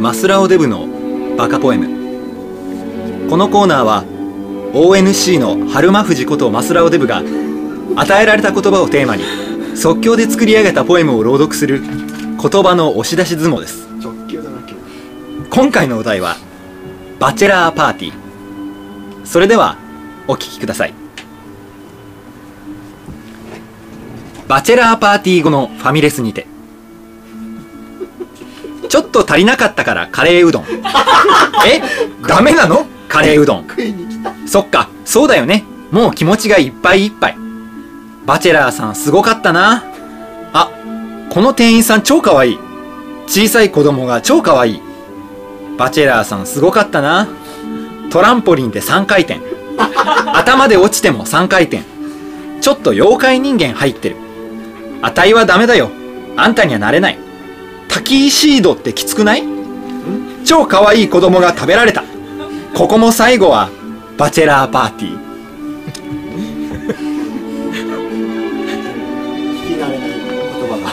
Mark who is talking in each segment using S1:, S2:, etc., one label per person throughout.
S1: マスラオデブのバカポエムこのコーナーは ONC の春間藤ことマスラオデブが与えられた言葉をテーマに即興で作り上げたポエムを朗読する言葉の押し出し相撲です
S2: 直球だな今日
S1: 今回のお題は「バチェラーパーティー」それではお聞きくださいバチェラーパーティー後のファミレスにてちょっと足りなかったからカレーうどん えダメなのカレーうどん
S2: 食いに来た
S1: そっかそうだよねもう気持ちがいっぱいいっぱいバチェラーさんすごかったなあこの店員さん超かわいい小さい子供が超かわいいバチェラーさんすごかったなトランポリンで3回転頭で落ちても3回転ちょっと妖怪人間入ってるあたいはダメだよあんたにはなれないタキシードってきつくない超かわいい子供が食べられたここも最後はバチェラーパーティー
S2: 聞き慣れない言葉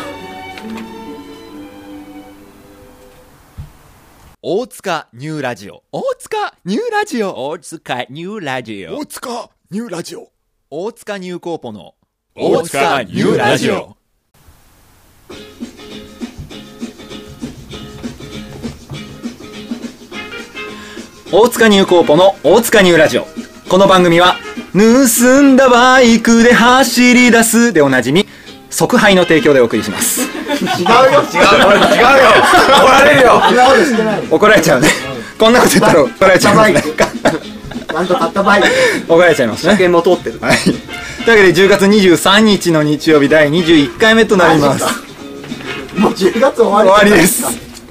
S1: 大塚ニューラジオ大塚ニューラジオ
S3: 大塚ニューラジ
S2: が
S3: オ。
S2: 塚ニューラジオ
S1: 大塚ニューコーポの
S3: 大塚ニューラジオ
S1: 大塚ニューコーポの大塚ニューラジオこの番組は盗んだバイクで走り出すでおなじみ即配の提供でお送りします
S2: 違うよ違うよ違うよ
S1: 怒られるよ
S2: そんなことしてない
S1: 怒られちゃうねこんなこと言ったら怒られちゃいますね
S2: ちゃんと買ったバイク
S1: 怒られちゃいますね
S2: も通ってる
S1: はい。というわけで10月23日の日曜日第21回目となります。
S2: もう10月終わ
S1: 終
S2: り
S1: わりです。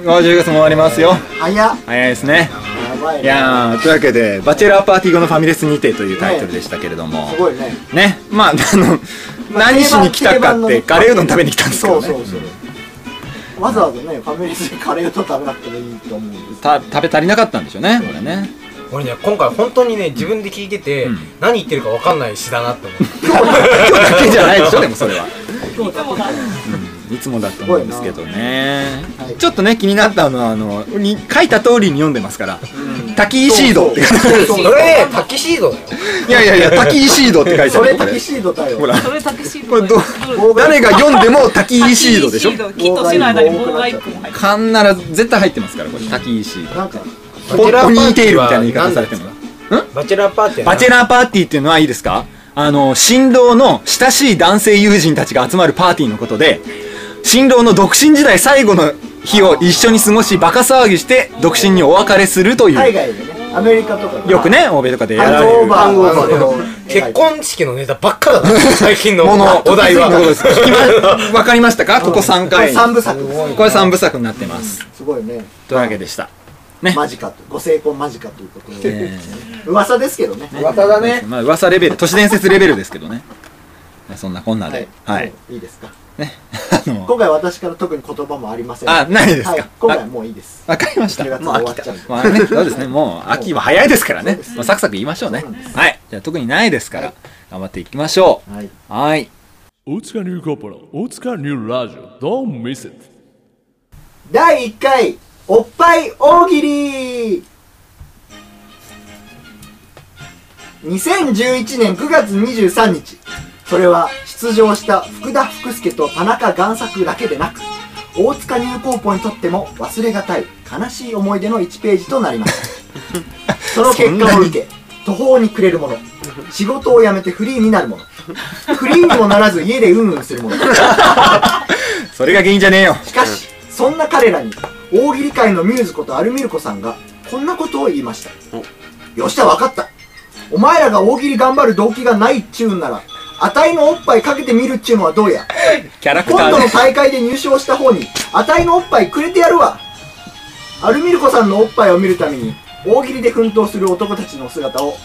S1: もう10月も終わりますよ。
S2: 早っ
S1: 早いですね。
S2: やばい
S1: い
S2: ね
S1: やー、というわけで、バチェラーパーティー後のファミレスにてというタイトルでしたけれども
S2: す、ごいね
S1: ね、まあ、あの、
S2: まあ
S1: 何しに来たかって、
S2: 定番定番の
S1: カレーうどん食べに来たんですけ
S2: そ
S1: ど
S2: うそ
S1: ね。
S2: うそうわざわざねファミレスでカレーと食べなくてもいいと思うんです
S1: た食べ足りなかったんでしょうね、これ ね。
S4: 俺ね今回本当にね自分で聞いてて、
S1: うん
S4: 何言ってるか分かんない詩だなって思 って
S1: 今日だけじゃないでしょ、でもそれは。
S2: 今日食べた
S1: いつもだと思うんですけどね
S2: はい。
S1: ちょっとね、気になったのは、あの、に書いた通りに読んでますから、タキシードって書いてある
S4: それねタキシードだよ
S1: いやいやいや、タキシードって書いてあ
S2: それ
S1: る。こ
S2: タキ
S1: れ
S2: シードだよ
S1: ほら、
S5: それタキシー
S1: こ
S5: ド
S1: れどう誰が読んでもタキシードでしょ
S5: タキシード木と死の間に棒が一個も入って
S1: カンなら絶対入ってますから、これ。タキシード。
S2: なんか
S1: ポッポニーテールみたいな言い方されても。
S4: バチェラーパーティー
S1: バチェラーパーティーっていうのはいいですかあの、新郎の親しい男性友人たちが集まるパーティーのことで、新郎の独身時代最後の日を一緒に過ごし、バカ騒ぎして、独身にお別れするとい
S2: 海
S1: う、
S2: 外でねアメリカとかで
S1: よくね、欧米とかでや
S2: ハ
S1: ら
S2: ン
S1: れ
S2: ドオ
S1: る
S2: ーバーのあの
S4: 結婚式のネタばっかだな最近の
S1: もの、
S4: お題は
S1: ということです聞きまわかりましたかここ3
S2: これ
S1: 回。
S2: 三部作です
S1: これ3部作になってます。
S2: すごいね
S1: というわけでした。
S2: 間近とご成婚間近ということで
S1: え
S2: 噂ですけどね
S4: 綿だ
S1: ーまあ噂レベル、都市伝説レベルですけどね。そんなこんなで。はい。
S2: いいですか
S1: あの、
S2: 今回私から特に言葉もありません
S1: あないですか
S2: はい今回もういいです
S1: わかりました
S2: 10。月
S1: もう
S2: も終わ
S1: 秋
S2: っち
S1: だ
S2: ゃうんで。
S1: まあね、そう ですね。もう秋は早いですからね
S2: そうで。す
S1: まあサクサク言いましょうね
S2: そうなんで。
S1: はい。じゃあ特にないですか
S2: は
S1: ら
S2: い、
S1: 頑張っていきましょ。
S2: はいう
S1: はい。
S3: 大塚ニューコーポの大塚ニューラジオ。Don't miss it.
S2: 第1回おっぱい大喜利2011年9月23日それは出場した福田福助と田中贋作だけでなく大塚入高校にとっても忘れがたい悲しい思い出の1ページとなりましたその結果を受け途方に暮れるもの仕事を辞めてフリーになるものフリーにもならず家でうんうんするもの
S1: それが原因じゃねえよ。
S2: しかし、そんな彼らに、大喜利界のミューズことアルミルコさんが、こんなことを言いました。よっしゃ、わかった。お前らが大喜利頑張る動機がないっちゅうんなら、あたいのおっぱいかけてみるっちゅうのはどうや。
S1: キャラクタ
S2: 今度
S1: ー
S2: の
S1: ね。
S2: 大会で入賞した方に、あたいのおっぱいくれてやるわ。アルミルコさんのおっぱいを見るために、大喜利で奮闘する男たちの姿を、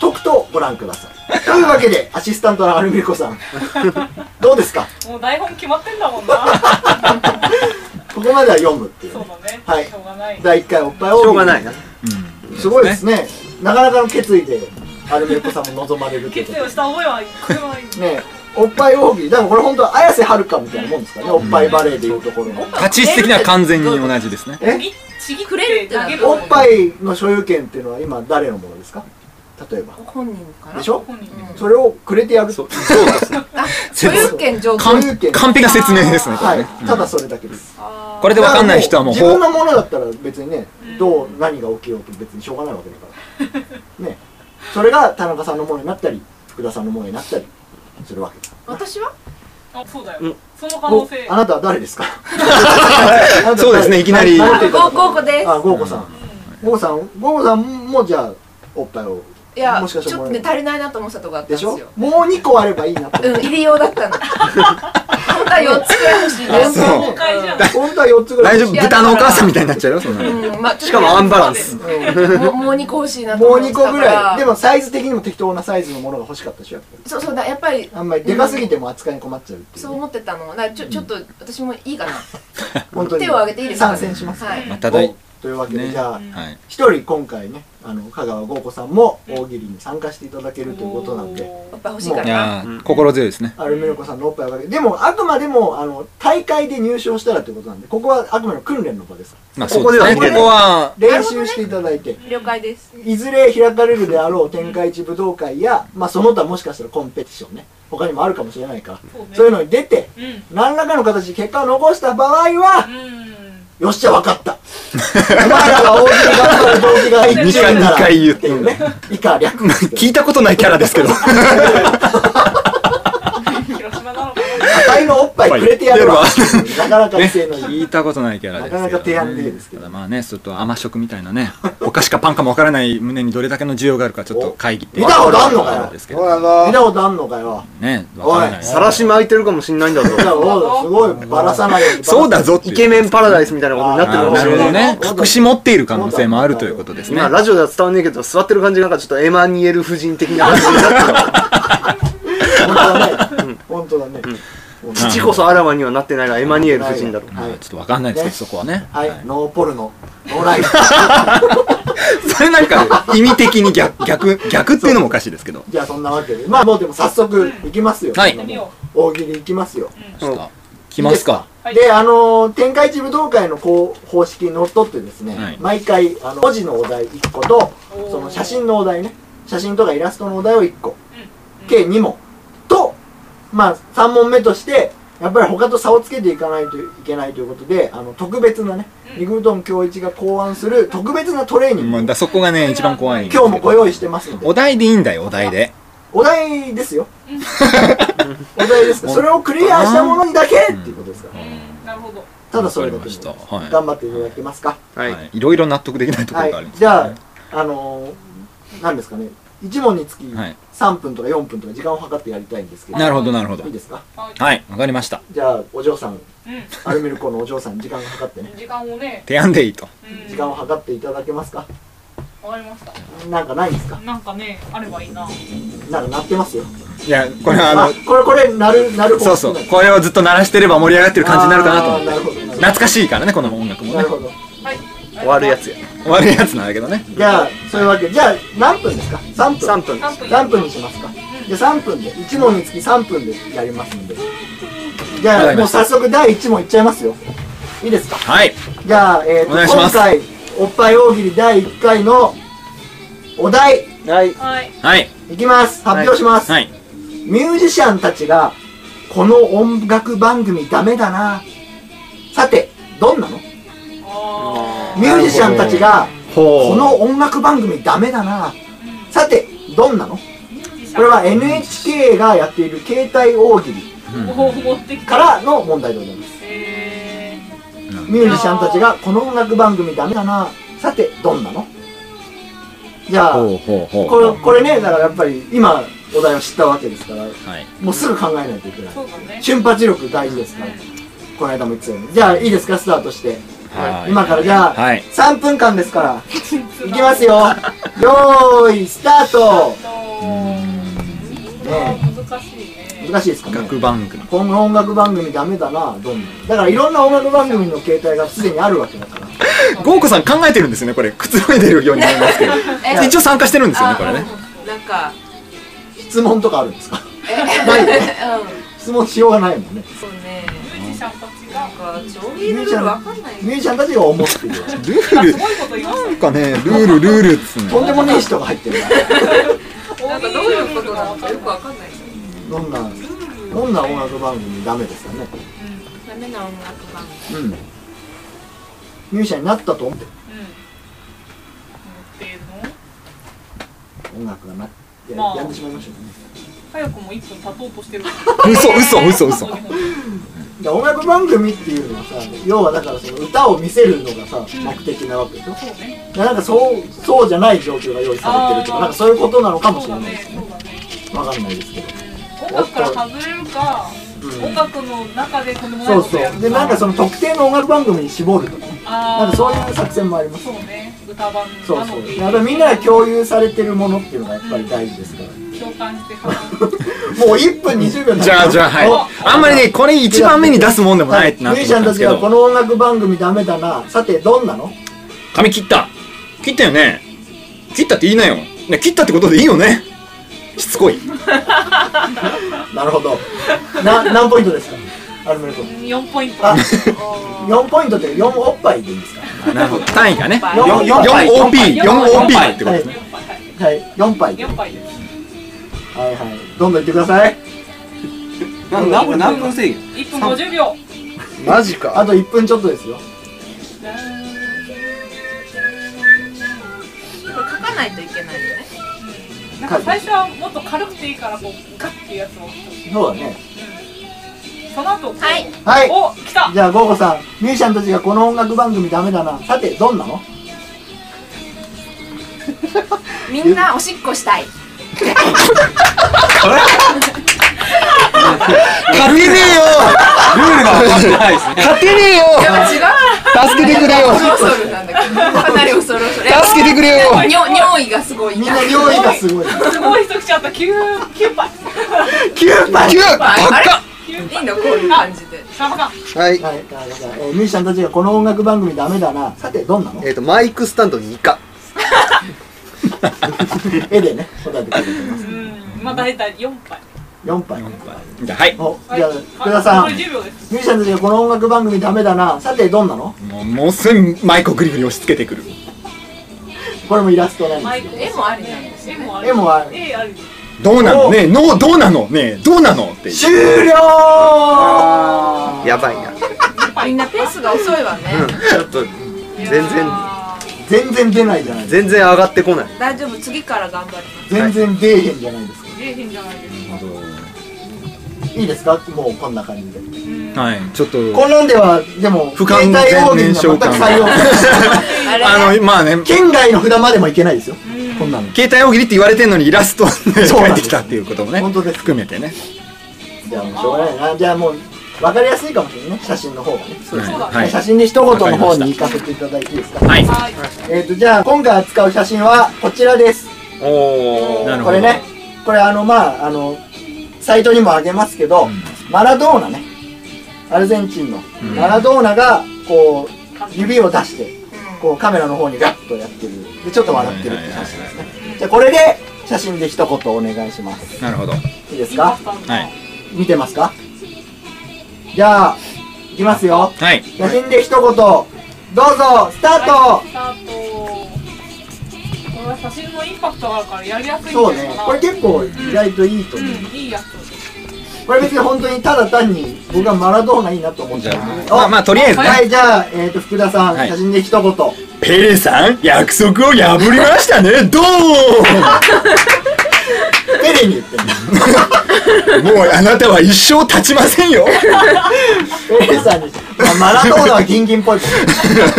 S2: とくとご覧ください。というわけで、アシスタントのアルミルコさん、どうですか
S5: もう台本決まってんだもんな
S2: ここまでは読むっていう
S5: そ
S2: ね
S5: う。だね、
S2: はい
S5: しょうがない
S2: 第1回おっぱい大喜利。
S6: しょうがないな。
S2: すごいですね。なかなかの決意で、アルメルコさんも望まれるとい
S5: 決
S2: うこ
S5: 意をした覚えはこれは
S2: とで。ねおっぱい大喜利だからこれ本当は綾瀬はるかみたいなもんですからね、おっぱいバレーでいうところの、
S1: 立ち位置的には完全に同じですね
S2: え
S5: ぎちぎ
S6: くれる
S5: ってあげる
S2: おっぱいの所有権っていうのは今誰のものですか例えば
S6: 本人かな
S2: でしょ
S5: 本人に
S2: それをくれてやる
S1: そうそうですね
S6: 所有権
S2: 所
S6: 上
S1: 完
S2: 有権
S1: 完璧な説明ですねこ
S2: は
S1: れ
S2: い
S1: ね、
S2: ただそれだけです、
S5: あ
S1: これで分かんない人はもう
S2: だから
S1: ほ
S2: 自分のものだったら別にねどう何が起きようと別にしょうがないわけだからねそれが田中さんのものになったり福田さんのものになったりするわけだ
S6: 私は
S5: ーあそうだよ、
S1: うん
S5: その可能性
S2: おあなたは誰ですか
S1: そうですねいきなり
S2: あなた誰
S6: ゴーゴーコです
S2: あゴーコさんゴーコさんゴーコさんもじゃあおっぱいを
S6: いや
S2: もし
S6: ち
S2: か
S6: ょ
S2: して
S6: っ
S2: も
S6: と
S2: らえる
S6: ね足りないなと思ってたとこあったん
S2: で
S6: で
S2: し
S6: す
S2: ょ
S6: よ
S2: もう2個あればいいなと
S6: うん入れようだったの本当は4つぐらい欲しいで
S1: あ
S6: す
S1: そう
S5: 公開じゃん
S2: 本当は4つぐらい
S1: 大丈夫豚のお母さんみたいになっちゃうよそんなの
S6: うんまあ、
S7: しかもアンバランス
S6: うんもうもう2個欲しいなと
S2: もう
S6: 思っ
S2: 2
S6: てたから
S2: 個ぐらいでもサイズ的にも適当なサイズのものが欲しかったでしょやっぱり
S6: そうそうだやっぱり
S2: あんまりでかすぎても扱いに困っちゃうっていう
S6: そう
S2: ね、
S6: 思ってたのだからちょちょっと私もいいかな
S2: 本当に
S6: 手を挙げていいですか
S2: 参戦します
S6: はい
S1: まただい
S2: というわけで、
S1: ね
S2: じゃあ
S1: はい
S2: 一人今回ねあの香川豪子さんも大喜利に参加していただけるということなんで
S6: おっぱい欲しいから
S1: い
S6: な
S1: やー心強いですね
S2: アルメロコさんのおっぱいをかけてでもあくまでもあの大会で入賞したらということなんでここはあくまでも訓練の場です
S1: まあそうですね
S7: こ
S1: こ
S7: こでは
S1: こは
S2: 練習していただいて、
S6: 了解です
S2: いずれ開かれるであろう天下一武道会や、まあ、その他もしかしたらコンペティションね他にもあるかもしれないから
S5: そうね
S2: そういうのに出て
S5: うん
S2: 何らかの形で結果を残した場合は、
S5: うん
S2: よっしゃ分かったお前らが大喜利頑張る動機が
S1: 二
S2: 一
S1: 回
S2: 番な
S1: 二
S2: ら
S1: 回言っ
S2: って
S1: て
S2: い
S1: る
S2: うね以下略
S1: 聞いたことないキャラですけど
S5: 広島なのか
S2: 赤いのおっぱいくれてやるわなかなか威勢のいい
S1: 聞いたことないキャラですけどね
S2: なかなか提案ねえですけど
S1: ただまあねちょっと甘食みたいなね お菓子かパンかもわからない胸にどれだけの需要があるかちょっと会議って
S2: 見たことあんのかよ
S1: あれですけ
S7: ほら
S1: ど
S2: 見
S7: な
S2: たことあんのかよ
S1: ねわからないです
S7: さらし巻いてるかもしんないんだぞ
S2: だからすごいバラさないように
S1: そうだぞってい
S7: イ
S1: う
S7: ケメンパラダイスみたいなことになってる
S1: あ
S7: か
S1: ー
S7: も
S1: な
S7: し
S1: る
S7: れ
S1: ほ
S7: な
S1: ど
S7: い
S1: ね隠し持っている可能性もあるということですね
S7: まあラジオでは伝わんねえけど座ってる感じがなんかちょっとエマニュエル夫人 的な感じになってる
S2: 本当だね本当だね本当だね
S7: 父こそあらわにはなってないがエマニュエル夫人だろ
S1: はいちょっとわかんないですけどそこはね
S2: はいノーポルノノーライフ
S1: それなんか意味的に逆逆逆っていうのもおかしいですけど
S2: じゃあそんなわけでまあもうでも早速いきますよ
S1: はい
S2: そんなもん大喜利いきますよ
S1: ちょっと来ますか
S5: はい
S2: であのー天下一武道会のこう方式にのっとってですね、
S1: はい
S2: 毎回あの文字のお題1個と
S5: おー
S2: その写真のお題ね写真とかイラストのお題を1個、計2問とまあ3問目としてやっぱり他と差をつけていかないといけないということであの特別なねリグルトン教一が考案する特別なトレーニング、
S1: まあだそこがね一番怖いんですけ
S2: 今
S1: ど
S2: 日もご用意してますので
S1: お題でいいんだよお題で
S2: お題ですよ お題ですそれをクリアしたものにだけっていうことですから、
S5: うんなるほど
S2: ただそれだ
S1: わか
S2: け
S1: りました
S2: で
S1: はい
S2: 頑張っていただけますか、
S7: はい、
S1: はいいろいろ納得できないとこ
S2: は
S1: ろがあ
S2: い
S1: るんです
S2: じ
S1: けどね
S2: ゃあ、あのー、なんですかね、1問につき
S1: はい
S2: 3分とか4分とか時間を計ってやりたいんですけど、
S1: なるほどなるほど
S2: いいですか
S5: はい
S1: はいわかりました
S2: じゃあ、お嬢さん、
S5: う
S2: アルミルコのお嬢さん、時間を計ってね、
S5: ん時間をね
S1: 提案でいいと
S5: うん
S2: 時間を計っていただけますか
S5: わかりました
S2: なんかないんですか
S5: なんかねあればいいな
S2: なんか鳴ってますよ。
S1: いやこれはあ
S2: あ
S1: の、
S2: これ、これ、鳴る、鳴る
S1: そうそうこれをずっと鳴らしてれば盛り上がってる感じになるかなと
S2: あ
S1: 思
S2: ー
S1: っ
S2: な
S1: て
S2: るほど、なるほど
S1: 懐かしいからねこの音楽も
S2: な
S1: ね
S2: るほど。
S7: 終わるやつや
S1: 悪いやつなんだけどね
S2: じゃあ、そういうわけで、じゃあ、何分ですか ?3 分。
S7: 3分です
S5: 3分
S2: 3分にしますか。じゃあ3分で、1問につき3分でやりますんで。じゃあ、もう早速第1問いっちゃいますよ。いいですか
S1: はい
S2: じゃあ、えー、と
S1: お願いしま
S2: 今
S1: す
S2: 回おっぱい大喜利第1回のお題
S7: はい
S5: はい
S1: はい
S2: いきます発表します、
S1: はい
S2: ミュージシャンたちがこの音楽番組ダメだなさてどんなの
S5: あ
S2: ミュージシャンたちがこ
S7: ほ
S2: の音楽番組ダメだなさてどんなのこれは NHK がやっている携帯大喜利
S5: ーおー持ってき
S2: か
S5: た
S2: らの問題でございます
S5: え
S2: ミュージシャンたちがこの音楽番組ダメだなさてどんなのじゃあ
S1: ほうほうほう
S2: これこれねだからやっぱり今お題を知ったわけですから
S1: はい
S2: もうすぐ考えないといけな
S5: ー
S2: い
S5: そうだね
S2: 瞬発力大事ですからこの間も言ってたようにじゃあいいですかスタートして
S1: はい
S2: 今からじゃあ
S1: はい
S2: 3分間ですからいきます
S5: よ
S2: よよーいスタート
S5: 難しいね
S2: 難しいですかね
S1: 学番組
S2: この音楽番組ダメだなどんどんだからいろんな音楽番組の携帯がすでにあるわけだから
S1: ゴーコさん考えてるんですよねこれくつろいでるようになりますけど
S6: え
S1: 一応参加してるんですよね
S6: あ
S1: これね
S6: なんか
S2: 質問とかあるんですか ないよね
S6: う
S2: 質問しようがないもんね
S6: ん、そうね。
S5: ユージさんたちが
S6: なんか、将棋のルールわかんない。
S2: みゆちゃんたちが思ってるよ
S1: ルー
S5: 今
S1: ル
S5: すごいこと言いまし
S1: なんかねルールルールっつう
S2: と
S1: の
S2: んでもねえ人が入ってるから
S5: た
S6: なんか、どういうことなのかよくわかんない。
S2: どんなどんな音楽番組ダメですかね
S6: うん、ダメな音楽番組。
S2: うんミュージシャンになったと思って
S5: うんっていうの
S2: 音楽がなや,、
S5: まあ
S2: やんでしまいましたね
S5: 早くも一分経とうとしてる
S1: 嘘嘘嘘嘘
S2: だから音楽番組っていうのはさ要はだからその歌を見せるのがさ目的なわけでしょだか
S5: そうね
S2: らなんかそうそうじゃない状況が用意されてるとか
S5: あー
S2: なんかそういうことなのかも
S5: そ
S2: し
S5: う
S2: れ
S5: だ
S2: ないで
S5: ね
S2: す
S5: そう
S2: ね
S5: だね
S2: わかんないですけど
S5: 音楽から外れるか
S2: うん
S5: 音楽の中でとんでもない
S2: そう
S5: ことや
S2: そ
S5: るか
S2: うでなんかその特定の音楽番組に絞るとかねな
S5: あ
S2: ん
S5: ー
S2: かそういう作戦もあります
S5: そうね歌番
S2: そう
S5: な
S2: そ
S5: の
S2: う
S5: で
S2: やっぱりみんなが共有されてるものっていうのがやっぱり大事 ですから
S5: 共感して話す
S2: もう1分20秒
S1: じゃあじゃあはいあんまりねこれ一番目に出すもんでもないってなっ
S2: ミュー
S1: てき
S2: ジシャ
S1: たんで
S2: ンた
S1: す
S2: ち
S1: け
S2: がこ
S1: ど
S2: の音楽番組ダメだなさてどんなの
S1: 髪切った切ったよね切ったって言いなよね切ったってことでいいよねしつこい
S2: なるほどな何ポイントですかアルメル君
S5: 4ポイント
S2: あ
S6: おー
S2: 4ポイントで4おっぱいでいいですか
S1: なるほど単位がね
S2: 四四杯
S1: 4OP4OP ってこと
S2: はい
S1: ですね
S2: はい4杯で
S5: 4杯です
S2: はいはいどんどんいってください
S8: なん何分何分制限
S5: 1分50秒
S7: マジか
S2: あと1分ちょっとですよ
S6: これ書かないといけないよね。
S5: なんか最初はもっと軽くていいからこうガッていうやつを
S2: そうだね
S5: その後こう
S6: はい
S2: はい
S5: お来た
S2: じゃあゴーゴさんミュージシャンたちがこの音楽番組ダメだなさてどんなの
S6: みんなおしっこしたい。
S1: 勝てねえよ
S8: ルールが分かってないですね
S1: 勝てねえよ
S6: でも違う。
S1: 助けてくれ よ
S6: 恐る恐るなんだけど。かなり恐る恐る。
S1: 助けてくれよ
S6: にょ尿意がすごい。
S2: みんな料理がすごい
S5: すごい人来ちゃった9九杯
S2: 9杯
S1: キュー
S6: ああ
S1: バ
S6: れ
S1: カ
S6: いいんだこういう感じで。
S5: サバ缶
S7: はい
S2: はい、じゃあじゃあえーミュージシャンたちがこの音楽番組ダメだなさてどんなの
S7: えっとマイクスタンドにイカ
S2: 絵でね答えてくれてます
S5: うんまあ大体4杯
S2: 4杯
S1: じゃあはい
S2: お
S5: はい
S2: じゃあ福田さん
S5: 残
S2: ミ
S5: り
S2: ュ
S5: 10秒です
S2: ージシャンたちがこの音楽番組ダメだなさてどんなの
S1: もうもうすぐマイクをグリグリ押し付けてくる
S2: これもイラストなんです
S5: マ
S2: け
S5: イ
S2: ど
S5: ク
S6: 絵もありなんですよ
S5: 絵
S6: ね。
S5: もある
S2: 絵もある
S5: 絵ある
S1: どうなのねえのどうなのねえどうなのっていう
S2: 終了
S7: やばいな
S6: みんなペースが遅いわね。
S7: ちょっと全然
S2: 全然出ないじゃないですか
S7: 全然上がってこない
S6: 大丈夫次から頑張りま
S2: 全然出えへんじゃないですか
S5: え変じゃないですか
S2: いいですかもうこんな感じで
S1: はいちょっと
S2: こんなんではでも
S1: 不完全
S2: 携帯大喜利には全く採用
S6: す。あれ
S1: あのまあね
S2: 県外の札までもいけないですよこんなの
S1: 携帯大喜利って言われてんのにイラストをね
S2: そう
S1: 描
S2: ないんです
S1: てきたっていうこともね
S2: 本当です
S1: 含めてね
S2: じゃあもうしょうがないなじゃあもう分かりやすいかもしれないね写真の方がね
S1: はい
S2: 写真で一言の方に行かせていただいていいですか
S1: はい
S5: はい
S2: えー、とじゃあ今回扱う写真はこちらです
S7: お
S1: なる
S2: こ
S1: ほ
S2: れ
S1: ど
S2: ねこれあのまああのサイトにもあげますけど、マラドーナねアルゼンチンの、
S1: ん
S2: マラドーナがこう指を出してこうカメラの方にガッとやってるでちょっと笑ってるっていう写真ですねじゃあこれで写真で一言お願いします
S1: なるほど
S2: いいです
S5: マ
S2: か
S5: スターズの
S1: はい
S2: 見てますかじゃあいきますよ
S1: はい
S2: 写真で一言どうぞスタート
S5: スタートこれは写真のインパクトがあるからやりやすいんじゃ
S2: そう
S5: ない
S2: ね
S5: かな
S2: これ結構意外といいと思う、
S5: うんいいやつ
S2: これ別に本当にただ単に僕はマラドーナいいなと思っ
S1: じ
S2: た
S1: ゃ
S2: か
S1: あ
S2: らね
S1: まあまあとりあえずね
S2: はいじゃあ、えー、と福田さん、
S1: はい
S2: 写真で一言
S1: ペレさん約束を破りましたねド ー
S2: ペレに言ってる
S1: ンもうあなたは一生立ちませんよ
S2: ペレさんに、まあ、マラドーナはギンギンっぽいけ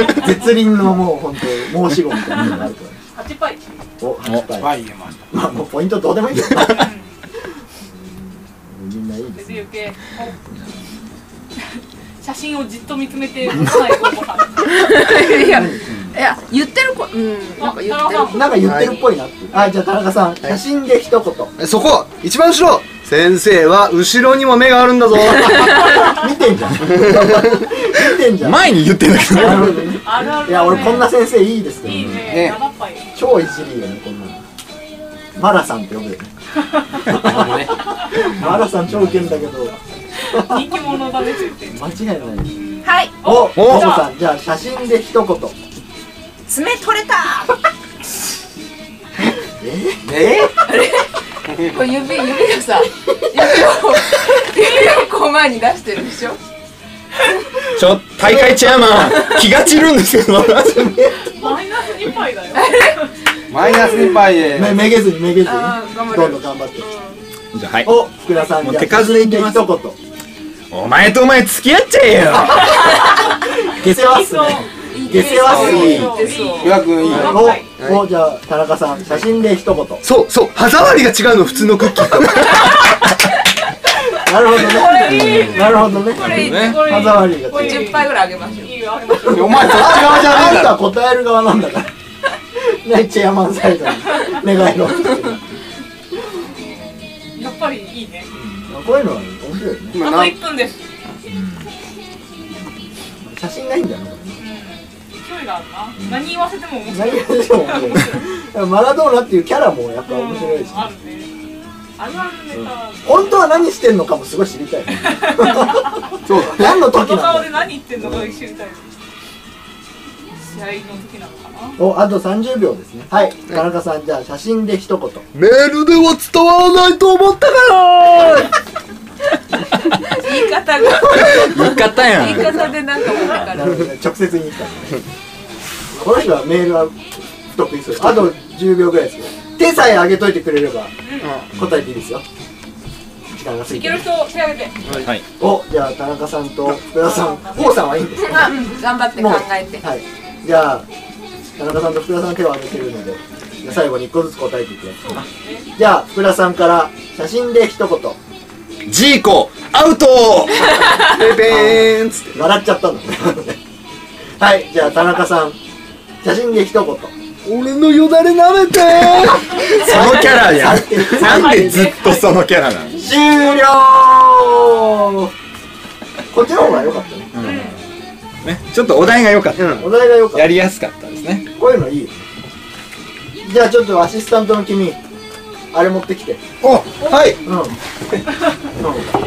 S2: ど絶倫のもう本当申し子みたいなのがあるから
S5: 8杯
S2: お8杯
S8: はい言えました
S2: まあもうポイントどうでもいいけど みんないいで
S5: ですでよ けお写真をじっと見つめて動かないゴーさん
S6: いやいや言ってる子うんなんか言ってる
S5: あ
S6: 子
S2: なんか言ってるっぽいなっていうあじゃあ田中さん写真で一言
S7: そこ一番後ろ先生は後ろにも目があるんだぞ
S2: 見てんじ ゃん見てんじゃ ん
S1: 前に言ってんだけど
S2: なるほどね
S5: あるある
S2: いや俺こんな先生いいですけど
S5: いいね
S8: ね
S5: 7杯
S2: 超いじりよねこんなのマラさんって呼ぶよね
S8: あのね
S2: マラさん超ウケるんだけど
S5: 人気者だねって言って
S2: 間違いない
S6: はい
S2: おお
S1: お
S2: さんじゃあ写真で一言
S6: 爪取 れた
S8: え
S6: これ指指がさ指を指をこう前に出してるでしょ
S1: ちょ大会チェアマン気が散るん ですけど
S5: マイナス2杯だよ
S8: マイナス2杯で
S2: めめげずにめげずに
S6: あー頑張る
S2: どんどん頑張って
S1: じゃあはい
S2: お福田さん
S1: もう
S2: じゃあ
S1: 手数でいき
S2: 写
S1: ます
S2: 真で一言
S1: お前とお前付き合っちゃえよ
S2: 下世話っすね下世話っすね
S6: いけそう
S8: 福田君いいよ
S2: おおじゃあ田中さん写真で一言
S7: そうそう歯触りが違うの普通のクッキーと
S2: なるほどねなるほどね
S6: これいい
S8: ね
S5: これい
S2: 歯
S5: い
S2: 触りが
S5: これ
S2: 違う
S6: 10杯ぐらいあげましょう
S5: いいよありましょう
S8: お前そっち側じゃ
S2: あ
S8: ねえ
S2: ん
S8: んだ
S2: たは答える側なんだからねチェアマンサイドに 願いの
S5: やっぱりいいね
S2: こういうのは面白いよね
S5: あ
S8: 今何
S5: と1分です
S2: 写真がいいんだよなこ
S5: 勢いがあるな何言わせても面
S2: れ
S5: 白い
S2: 何でしょう面白いマラドーナっていうキャラもやっぱ面白いし
S5: うんあるねあるあるネタ
S2: 本当は何してんのかもすごい知り たい
S7: そう
S2: 何の
S5: こ
S2: 時
S5: の
S2: な
S5: 顔
S2: の
S5: で何言ってんのか知りたい試合の時なのかな
S2: おあと30秒ですねはい田中さんじゃあ写真で一言
S7: メールでは伝わらないと思ったから
S6: 言い方が
S1: 言い方やん
S6: 言い方でなんか思ったから
S2: なるほどね直接に言ったこの人はメールは不得意そうあと10秒ぐらいですけど手さえ上げといてくれれば答えていいですよ時間が過ぎ
S5: い
S2: て
S5: け
S2: る
S5: る人手挙げて
S1: はい
S2: おじゃあ田中さんと福田さん郷さんはいいんです
S6: まあ頑張って考えて
S2: はいじゃあ田中さんと福田さん手を挙げてるのでじゃあ最後に1個ずつ答えていってじゃあ福田さんから写真で一言
S1: ジーコアウト
S7: ペペーンっつって
S2: 笑っちゃったんだねはいじゃあ田中さん写真で一言
S7: 俺のよだれ舐めてー
S1: そのキャラや
S2: 最低
S1: んなんでずっとそのキャラなの
S2: 終了こっちの方が良かったね
S1: ねちょっとお題が良かった、
S2: お題が良かっ
S1: やりやすかったですね
S2: たこういうのいいよじゃあちょっとアシスタントの君あれ持ってきて
S7: おはい
S2: うん、うん、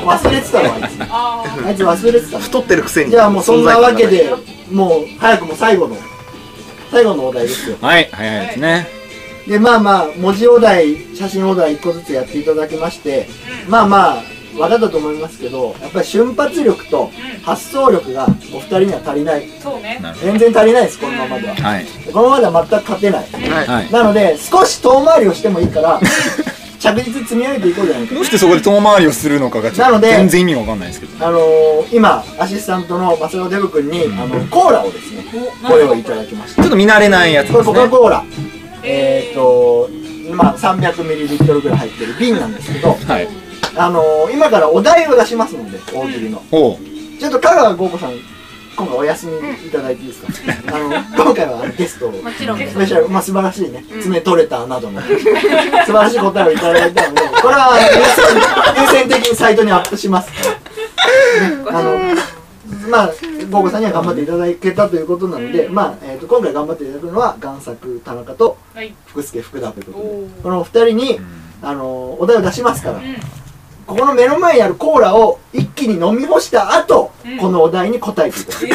S2: 忘れてたのあいつ
S5: ああ
S2: あいつ忘れてたの
S7: 太ってるくせに
S2: じゃあもうそんなわけでもう早くも最後の最後のお題ですよ
S1: はい早いですね、
S2: でまあまあ文字お題写真お題1個ずつやっていただきまして、まあまあ分かったと思いますけどやっぱり瞬発力と発想力がお二人には足りない
S5: そうね
S2: 全然足りないですこのままでは
S1: はい
S2: このままでは全く勝てない
S1: はい
S2: なので少し遠回りをしてもいいから 着実に積み上げていこうじゃないか
S1: どうしてそこで遠回りをするのかがちょ
S2: な
S1: っ
S2: の
S1: と
S2: で
S1: 全然意味わかんないですけど
S2: あのー、今アシスタントの正代デブ君に、あのコーラをですねご用意いただきました
S1: ちょっと見慣れないやつで
S2: これ
S1: す
S2: コ
S1: ね
S2: カ・コーラえっ、ー、とまあ 300ml ぐらい入ってる瓶なんですけど
S1: はい
S2: あのー、今からお題を出しますので大喜利の
S1: おう
S2: ちょっと香川豪子さん今回お休みいただいていいですか、あの今回はあのゲストを
S6: もちろん
S2: スペシャル、まあ、素晴らしいね、爪取れたな どの素晴らしい答えをいただいたので、これは優先優先的にサイトにアップし ます。ねあのまあ、ゴーゴさんには頑張っていただけたということなので、まあえー、と今回頑張っていただくのは贋作田中と
S5: はい
S2: 福助福田ということ
S5: お
S2: で
S5: ー
S2: このお二人にあのお題を出しますから、ここの目の前にあるコーラを一気に飲み干した後、このお題に答えていただく
S5: え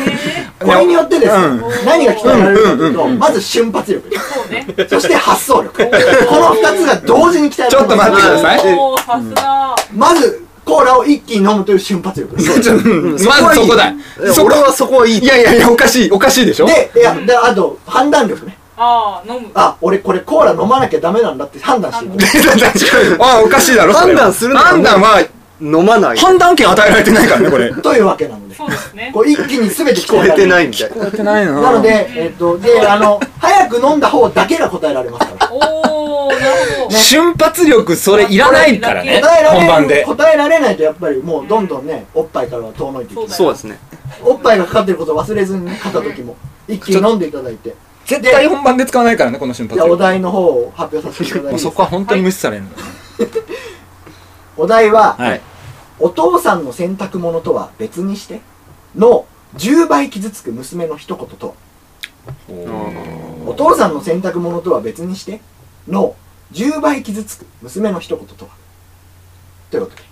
S5: え
S2: これによってですね、
S1: うん
S2: 何が鍛えられるかという
S1: う
S2: と、
S1: んうんうん
S2: まず瞬発力
S5: そうね
S2: そして発想力。この二つが同時に鍛えられ
S1: ちょっと待ってください
S5: おおさすが
S2: まず、コーラを一気に飲むという瞬発力。で、
S1: ちょまずそこだそこ
S7: 俺はそこはいい
S1: いやいやいやおかしいおかしいでしょ
S2: いや、であと、判断力ね。
S5: ああ飲む
S2: あ、俺これコーラ飲まなきゃダメなんだって判断してる。
S1: ああおかしいだろそれは
S7: 判断するならも
S1: 判
S7: う
S1: 断は
S7: 飲まない
S1: 判断権与えられてないからねこれ
S2: というわけなので。
S5: そうですね
S2: こう一気に全て。
S7: 聞こえてないいみたいな
S1: やってないな
S2: なので、えっ、と、で、あの、早く飲んだ方だけが答えられますから。
S5: おおなるほど
S1: 瞬発力それいらないからね
S2: 答え
S1: 本
S2: ら
S1: 番
S2: れる
S1: で
S2: 答えられないとやっぱりもうどんどんねおっぱいからは遠のいていきます
S7: そうですね
S2: おっぱいがかかってることを忘れずにね片時も一気に飲んでいただいて
S1: 絶対本番で使わないからねこの瞬
S2: じ
S1: 発
S2: ゃあお
S1: 力
S2: 題の方を発表させていただいて
S1: も
S2: いいで
S1: う
S2: す
S1: そ
S2: か
S1: こは本当に無視されるんだ
S2: お題は、
S1: はい
S2: お父さんの洗濯物とは別にしての10倍傷つく娘の一言とはお父さんの洗濯物とは別にしての10倍傷つく娘の一言とはということで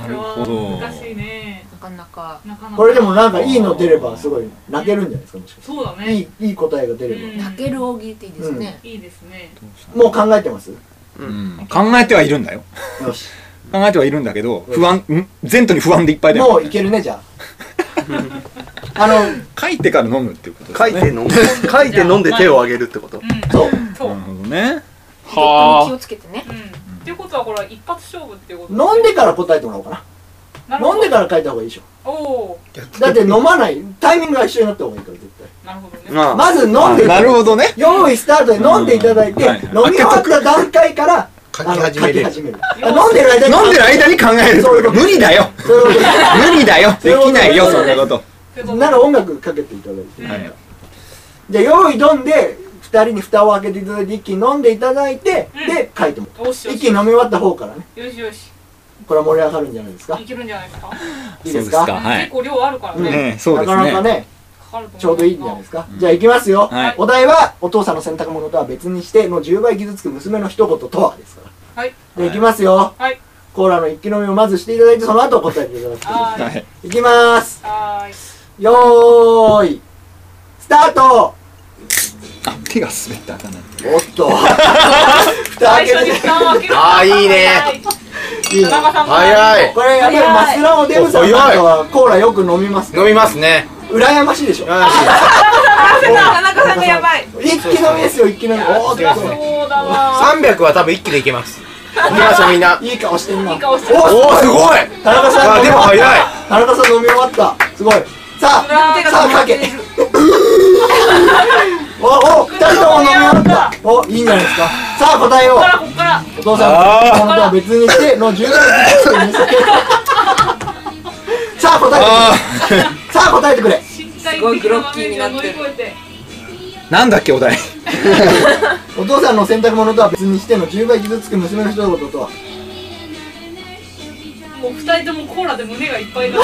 S5: なる
S1: ほど
S5: 難しいね
S6: なかなか
S5: なかなか
S2: これでもなんかいいの出ればすごい泣けるんじゃないですかもしかして
S5: そうだ
S2: い
S5: ね
S2: いいい答えが出れば、
S5: うん
S6: 泣ける大喜利っていいですね、
S5: いいですね
S2: もう考えてますよ
S1: うん、考えてはいるんだよ
S2: し
S1: 考えてはいるんだけど不安ん前途に不安でいっぱいだよ
S2: もういけるねじゃあ あの
S1: 書いてから飲むっていうことです
S7: 書
S1: ね
S7: いて飲んで書いて飲んで手を挙げるってこと
S5: うん
S2: そう
S5: そう
S1: なるほどね
S6: 気をつけてね
S5: うんっていうことはこれは一発勝負っていうこと
S2: 飲んでから答えてもらおうか
S5: なる
S2: な飲
S5: ほ
S2: ん
S5: ど
S2: でから書いた方がいいでしょ
S5: おお
S2: だって飲まないタイミングが一緒になった方がいいから絶対
S5: なるほどね
S7: まあ
S2: まず飲んでいただいて
S1: なるほどね
S2: 用意スタートで飲んでいただいて、
S1: うんはい
S2: 飲み終わった段階から
S4: 書き始める
S2: あの書き始めるあ飲んでる間に
S1: 飲んでる間に考えるってこと無理だよ
S2: そういうこ
S1: 無理だよ
S2: そう
S1: で
S2: いうこと
S1: きないよそんなこと
S5: そういうことと
S2: なら音楽かけていただいて
S5: うん
S1: はい
S2: じゃあ用意ドンで2人に蓋を開けていただいて一気に飲んでいただいて、
S5: うん
S2: で書いてもら
S5: よし
S2: う
S5: よ
S2: 一
S5: し
S2: 気に飲み終わった方からね
S5: よしよし
S2: これは盛り上がるんじゃないですか
S5: いけるんじゃないですか
S2: いいですか
S1: そうですはい
S5: 結構量あるからね、
S1: ねえそうです
S2: なかなか
S1: ね
S2: ね
S5: かかると思う
S2: ちょうどいいんじゃないですか、
S1: うん
S2: じゃあ行きますよ、
S1: はい
S2: お題は「お父さんの洗濯物とは別にして」の10倍傷つく娘の一言とはですから
S5: はい
S2: で行きますよ
S5: はい
S2: コーラの一気飲みをまずしていただいてその後答えていただく
S5: は
S1: は
S5: ーい
S1: い
S2: いきます
S5: はーい
S2: よーいスタート
S1: あ手が滑ったかな
S2: おっと 蓋開
S5: 最
S2: け
S5: 初に
S2: て
S5: 蓋を開ける
S4: あーいいね
S2: いいね
S5: 田中さん
S4: 早い
S2: これやっぱりマスラオデブさんなんかはコーラよく飲みます
S4: 飲みますね
S2: 羨ましいでしょ
S6: 田中さんがやばい
S2: 一気飲みですよ一気飲みお
S5: そりゃ
S2: ー
S5: そ
S2: っと
S5: うだわ
S4: 300は多分一気でいけます飲みましょうみんない
S2: い顔してんない
S5: い顔してる
S2: お
S4: おーすごい
S2: 田中さん
S4: あでも早い
S2: 田中さん飲み終わったすごいさあ
S5: あー
S2: さあかけ おお二人とも飲み終わったおいいんじゃないですかさあ答えよう
S5: こっからこっから
S2: お父さんの本当は別にしての10代の時にさあ答えてくれさあ答えてくれ
S5: 身体
S6: すごい
S5: 的
S6: グロ
S5: な
S6: ッ
S5: ダ
S6: キ
S5: メ
S6: ー
S5: ー
S6: に
S5: ジ
S6: な
S5: を
S6: っ
S5: 乗
S6: て
S5: り
S6: る
S5: 越えて
S1: なんだっけお題
S2: お父さんの洗濯物とは別にしての10倍傷つく娘の一言とは
S5: もう二人ともコーラで胸がいっぱいだ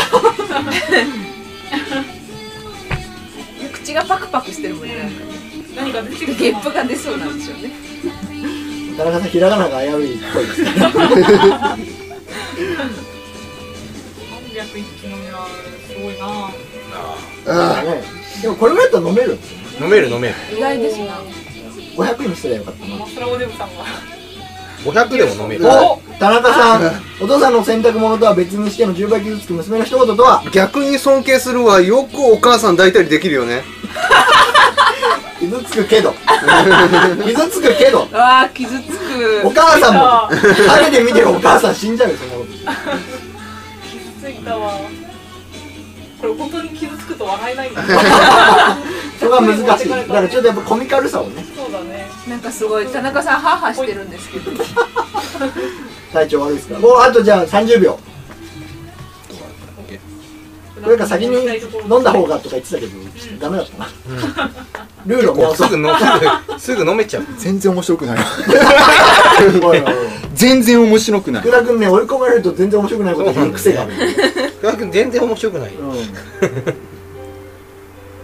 S6: 口がパクパクしてるもんねなんか
S5: 何か出
S6: ね
S5: てくる
S6: ゲップが出そうなんでしょうね
S2: 田中さんひらがなが危ういっぽいですね
S5: 300一気飲みはすごいな
S2: ねでもこれぐらいだったら飲めるんですよ
S4: 飲める飲める
S6: 意外ですな
S2: 500にすればよかったな
S5: マスラオデブさんが
S4: 500でも飲める
S2: お田中さんお父さんの洗濯物とは別にしての10倍傷つく娘の一言とは
S7: 逆に尊敬するわよくお母さん抱いたりできるよね
S2: 傷つくけ ど傷つくけど
S6: わあ傷つ
S2: お
S6: く
S2: 母さんも陰で見てるお母さん死んじゃうよそんなこと
S5: ついたわこれ本当に傷つくと笑えない んだ
S2: それが難しいだからちょっとやっぱコミカルさをね
S5: そうだね
S6: なんかすごい田中さんハーハーしてるんですけど
S2: 体調悪いですからもうあとじゃあ30秒なんか先に飲ん だ方がとか言ってたけどちょっとダメだったな、ルールを
S4: も
S2: も
S4: う
S2: う
S4: すぐ飲む すぐ飲めちゃう
S1: 全然面白くない
S2: おいおいおい
S1: 全然面白くない
S2: 福田君ね追い込まれると全然面白くないこと言う癖がある、
S4: 深く全然面白くない
S2: うん、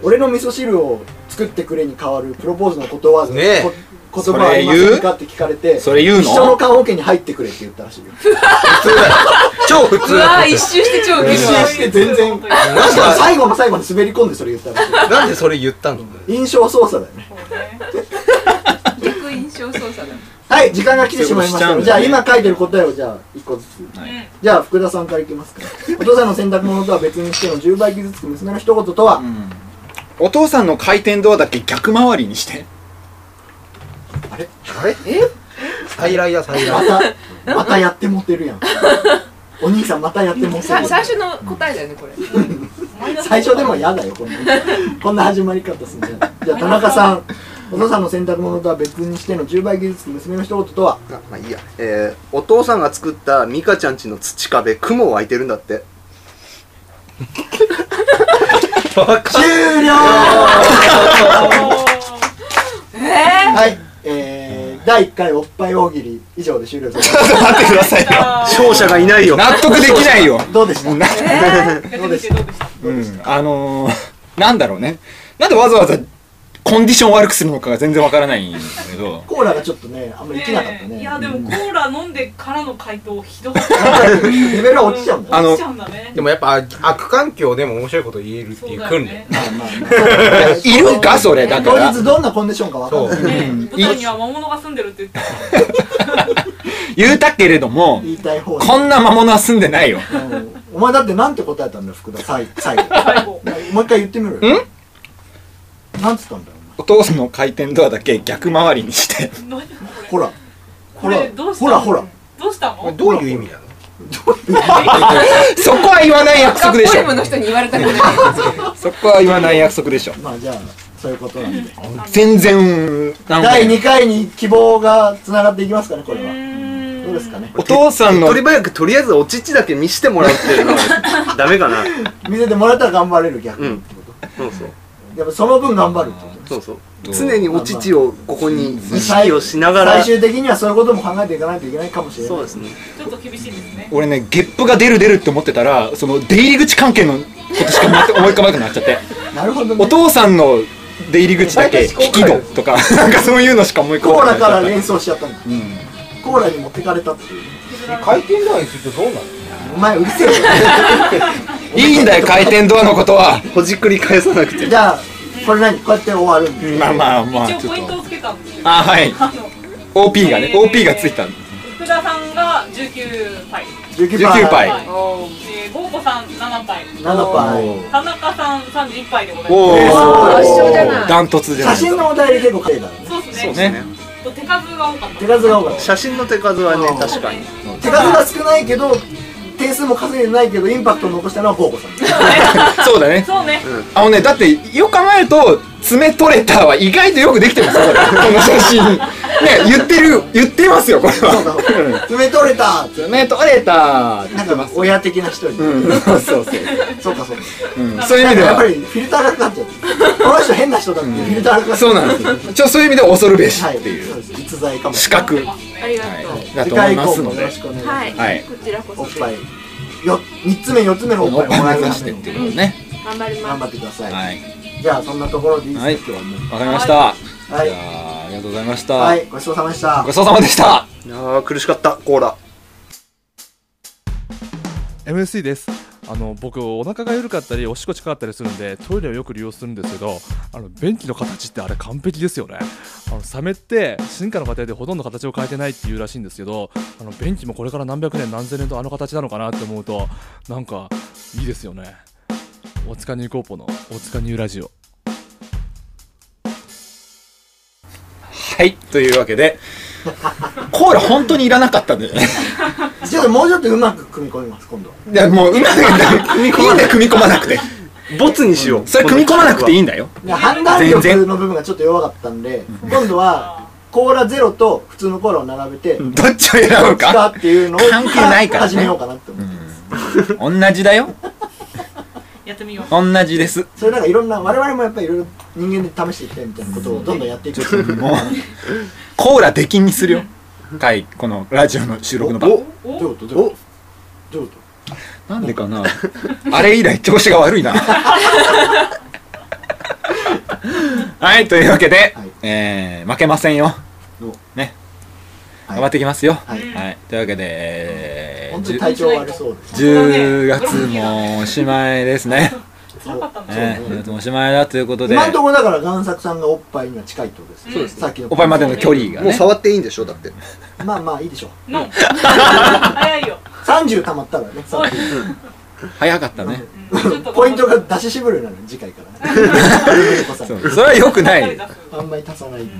S2: 俺の味噌汁を作ってくれに代わるプロポーズのことわざ、
S4: ねえ
S2: こ言葉はありませんかって聞かれて
S1: それ言うの
S2: 一緒の棺桶に入ってくれって言ったらしいよ
S4: 超普
S6: う
S4: 通
S6: わ
S4: な
S6: あ一周して超ウケる
S2: 一周
S6: わ
S2: して全然
S4: なん
S2: しかも
S4: か
S2: 最後の最後に滑り込んでそれ言ったらしい
S4: なんでそれ言ったの
S2: 印象操作だよね
S6: 逆印象操作だ
S2: はい時間が来てしまいまし
S1: そ
S2: た
S1: ういうことしち
S2: じゃ
S1: ゃ
S2: あ
S1: うんだね
S2: 今書いてる答えをじゃあ一個ずつ、
S1: はい
S2: じゃあ福田さんからいきますかお父さんの洗濯物とは別にしての10倍傷つく娘の一言とは、
S1: お父さんの回転ドアだけ逆回りにして
S4: あれ再来や再
S2: ま
S4: 来
S2: たまたやってモテるやんお兄さんまたやってモテ
S6: さ
S2: る
S6: 最初の答えだよねこれ
S2: 最初でも嫌だよこんなこんな始まり方すんじゃないじゃあ田中さんお父さんの洗濯物とは別にしての10倍傷つく娘の一言とは
S7: あまあいいや、えーお父さんが作った美香ちゃんちの土壁雲湧いてるんだって
S2: 終了
S6: え
S2: はいえー、第1回おっぱい大喜利以上で終了です
S1: ちょ っと待ってくださいよ
S7: 勝者がいないよ
S1: 納得できないよ
S2: どうでした
S1: もうな
S5: やってみてどうでした
S1: うんあのー、なんだろうねなんでわざわざコンディション悪くするのかが全然わからないんだけ ど
S2: コーラがちょっとねあんまりいけなかった
S5: ねえ
S2: ね
S5: いやでもコーラ飲んでからの回答ひどかっ
S2: レベル
S5: た
S2: は落ちちゃうんだ
S1: あの
S5: 落ちちゃうんだね
S4: でもやっぱ悪環境でも面白いこと言えるって
S5: そ
S4: いうう
S5: だよ
S4: 訓練
S5: ね
S2: まあまあまあ
S1: いるんかそれだか
S2: 当
S1: ら
S2: 日どんなコンディションかわかんない
S4: そう
S5: ね舞台には魔物が住んでるって言って
S1: 言うたけれども
S2: 言いたい方に
S1: こんな魔物は住んでないよ
S2: うんお前だってなんて答えたんだよ福田最最後
S5: た最後
S2: もう一回言ってみろよなんつったんだよ
S1: お父さんの回転ドアだけ逆回りにして
S5: 何
S2: お
S5: これ
S2: 前ほら
S5: これどうした
S2: ほらほら
S5: どうしたの
S4: どういう意味なの
S1: そこは言わない約束でし
S6: ポリムの
S1: ょ
S6: 人に言われたことで
S1: そこは言わない約束でしょ
S2: まあじゃあそういうことなんで
S1: 全然なんか
S2: 第2回に希望がつながっていきますかねこれはど
S5: ど
S2: うですかね
S1: お父さんの
S7: 取り早くとりあえずお乳だけ見してもらうって いうのはダメかな
S2: 見せてもらえたら頑張れる逆にってこと
S7: そうそう
S2: やっぱその分頑張るってこと
S7: そうそう常にお乳をここに意
S2: 最
S7: 識をしながら
S2: 最終的にはそういうことも考えていかないといけないかもしれない
S7: そうですね
S5: ちょっと厳しいですね
S1: 俺ねゲップが出る出るって思ってたらその出入り口関係のことしか待って思い浮かばなくなっちゃって
S2: なるほど
S1: お
S2: ね
S1: 父さんの出入り口だけ引き戸とかなんかそういうのしか思い浮か
S2: コ
S1: ば
S2: ー
S1: な
S2: ラ
S1: く
S2: か
S1: なっ
S2: ら
S1: ちゃっ
S2: 連想しちゃったんだ
S1: たうん
S2: コーラに持ってかれたっていう
S4: 回転ドアにするとどうなの
S2: お前うるせ えよ
S1: いいんだよ回転ドアのことは
S7: ほじくり返さなくて
S2: じゃあこれ何こうやって終わるんです
S1: まあまあまあ
S5: 一応
S1: ちょ
S5: ポ
S1: っ
S5: イント
S1: と
S5: をつけたんですよ
S1: あはい
S5: あの
S1: OP がね
S5: えー
S1: OP がついたんです
S5: 福田さんが19杯
S2: 19
S1: 19
S5: は
S1: 杯
S5: い
S1: はい
S5: えーゴーコさん7杯
S2: 7杯
S5: 田中さん31杯でござい
S1: お
S5: ま
S6: おー圧勝じゃ
S1: お
S6: ない
S1: ダントツじゃな
S2: 写
S1: いです
S2: 真
S1: か
S2: のお題で結構書いたね
S5: すそうです
S1: そ
S5: ね
S1: うね
S5: と手数が多かった
S2: 手数が多かった
S7: 写真の手数はね確かに
S2: 手数が少ないけど点数も稼いでないけどインパクトを残したのはゴーゴさん
S1: そうだね
S5: そうね
S1: あのねだってよく考えると爪取れたは意外とよくできてますよこれこの写 真ね言ってる言ってますよこれ
S2: そうだ
S1: は
S2: 埋め取れたって
S1: 爪取れた
S2: なんか親的な人に、
S1: うんそうそうそう、
S2: そうかそうか
S1: うん、そういう意
S2: な
S1: 味
S2: んか
S1: で
S2: やっぱ
S1: は
S2: りフィルターがかかっちゃってこの人変な人だってフィルターがかかっちゃ
S1: そうなん
S2: って
S1: ですよちょそういう意味では恐るべし
S2: はい
S1: っていう
S2: そうです逸材かも
S1: 資格、は
S6: ありがとう、
S1: い、だと思いますの
S2: 次回以降もよ
S1: で
S2: ろしくお願いします、
S6: はい、
S1: はい
S6: こちらこそ
S2: おっぱいよ3つ目4つ目のおっ
S1: お
S2: ぱ
S1: っ
S2: いを
S1: ぱい
S2: もら
S1: を
S2: え
S1: 目
S2: る
S1: 指
S2: た
S1: して
S2: め
S1: っ
S2: に
S1: ていうことね
S6: 頑張り
S2: 頑
S6: ま
S2: 張っ
S6: す
S2: てください、
S1: はい
S2: じゃあそんなところでいいですか、
S1: はい
S2: 今日はもう
S1: わかりました、
S2: は
S1: じ
S2: い
S1: ゃあありがとうございました、
S2: はいごちそうさまでした
S1: ごちそうさまでした
S7: あー苦しかったコーラ
S3: MSC ですあの僕お腹が緩かったりおしっこ近かったりするんでトイレをよく利用するんですけどあの便器の形ってあれ完璧ですよねあのサメって進化の過程でほとんど形を変えてないっていうらしいんですけどあの便器もこれから何百年何千年とあの形なのかなって思うとなんかいいですよね大塚ニューコーポの大塚ニューラジオ
S1: はいというわけ でコーラ本当にいらなかったんだよね
S2: ちょっともうちょっとうまく組み込みます今度はい
S1: やもううまくいいんだよ組み込まなくて
S7: ボツにしよう
S1: それ組み込まなくてい
S7: い
S1: いんだよ
S2: で判断力の部分がちょっと弱かったん で今度はコーラゼロと普通のコーラを並べてどっ
S1: どっちを選ぶ
S2: ちか
S1: か
S2: っていうのを
S1: 関係ないからね
S2: 始めようかなって思って
S1: 同じだよ
S5: やってみよう
S1: 同じです
S2: それなんかいろんな我々もやっぱりいろいろ人間で試していきたいみたいなことをどんどんやっていく
S1: もうコーラ出禁にするよ回このラジオの収録の場
S7: お
S2: どういうことどういうことどういうこ
S1: なんでかなあれ以来調子が悪いなはいというわけで、
S2: はい
S1: えー負けませんよ
S2: とどう
S1: ね
S2: はい
S1: 頑張っていきますよは
S2: はい
S1: い、というわけで
S2: 本当に体調悪そうです
S1: 10月もおしまいですね。
S5: 辛かったんだ
S1: ね、10月もおしまいだということで、
S2: 今のところだから贋作さんがおっぱいには近いってことです
S5: そうです
S2: さっきの
S1: おっぱいまでの距離が
S7: もう
S1: ね。
S7: 触っていいんでしょだって
S2: まあまあいいでしょう
S5: ノ ン早いよ
S2: 30溜まったらね
S5: そう
S2: 30
S1: 早かったね。
S5: うんちょっと
S2: ポイントが出し渋るようになる次回か らね
S1: そうそれは良くない。
S5: 出す
S2: あんまり足さないっていう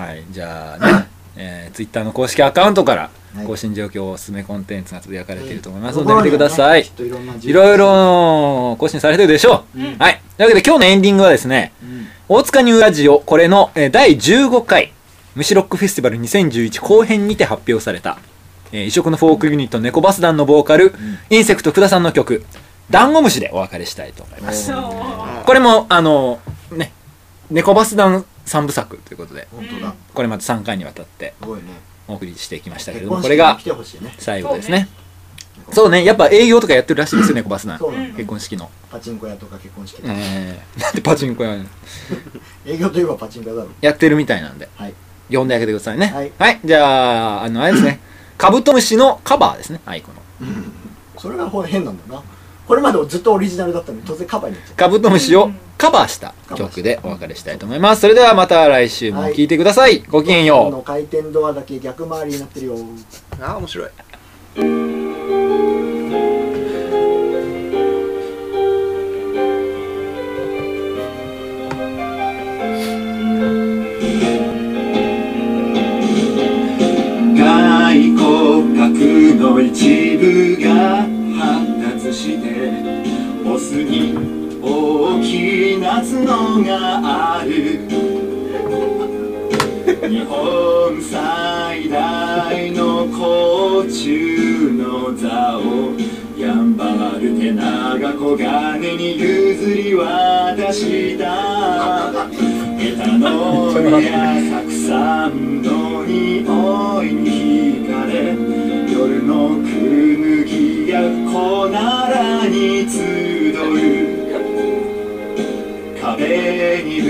S1: はい、じゃあね、えー、ツイッターの公式アカウントから
S2: はい
S1: 更新状況をおすすめコンテンツがつぶやかれていると思います
S2: と
S1: の
S2: こ
S1: で見て
S2: ろにはね
S1: ください
S2: きっ。といろんな
S1: いろいろ更新されてるでしょう。はい。というわけで今日のエンディングはですね、大塚ニューラジオ、これの、えー第15回、虫ロックフェスティバル2011後編にて発表された、えー異色のフォークユニット猫バス団のボーカル、インセクト福田さんの曲、ダンゴムシでお別れしたいと思います。
S5: そう
S1: これも、あの、ね、猫バス団3部作ということで、
S2: 本当だ
S1: これまた3回にわたって
S2: すごいね
S1: お送りしていきましたけれ
S2: 結
S1: ども、
S2: 婚
S1: こ
S2: 式
S1: れ
S2: に
S1: が
S2: 来てほしいね
S1: 最後ですね。そうね、やっぱ営業とかやってるらしいですよ、猫バス団
S2: そうなんだ
S1: 結婚式の。
S2: パチンコ屋とか結婚式とか
S1: えー、なんでパチンコ屋に
S2: 営営業といえばパチンコ屋だろ
S1: やってるみたいなんで、
S2: はい
S1: 呼んであげてくださいね
S2: はい
S1: じゃああのあれですねカブトムシのカバーですねアイコンの
S2: それがほん変なんだよなこれまでずっとオリジナルだったのに突然カバーになっちゃ
S1: カブトムシをカバーした曲でお別れしたいと思いますそれではまた来週も聴いてください、ご
S2: う
S1: きげん
S2: ドア
S1: よう
S2: の回転ドアだけ逆回りになってるよ
S7: ああ面白い
S9: 外骨格の一部が発達してオスに大きな角がある日本最大の甲虫の座をヤンバルテナガコガネに譲り渡した枝の根やたくさんの匂いに惹かれ夜のくぬぎや小ならに集う壁にぶ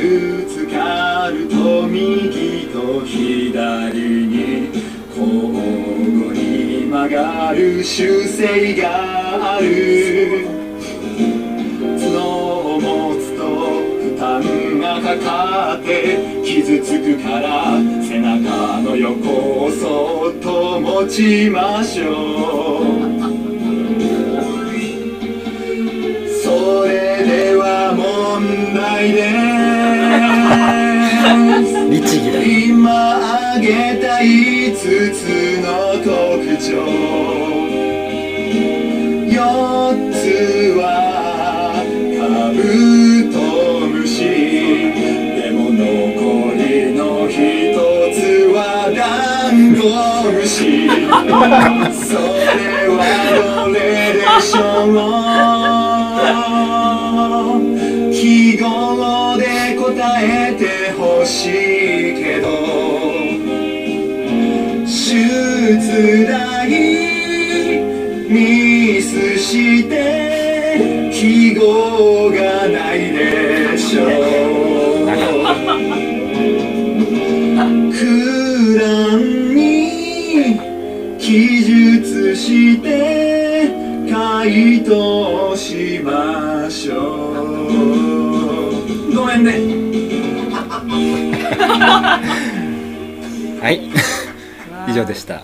S9: つかると右と左に交互に曲がる習性がある角を持つと負担がかかって傷つくから背中の横をそっと持ちましょうそれでは問題です今挙げた5つの特徴4つはカブトムシでも残りの1つはダンゴムシそれはどれでしょう記号で答えてほしいけど出題ミスして記号がないでしょう空欄に記述して回答しましょうごめんね
S1: はい 以上でした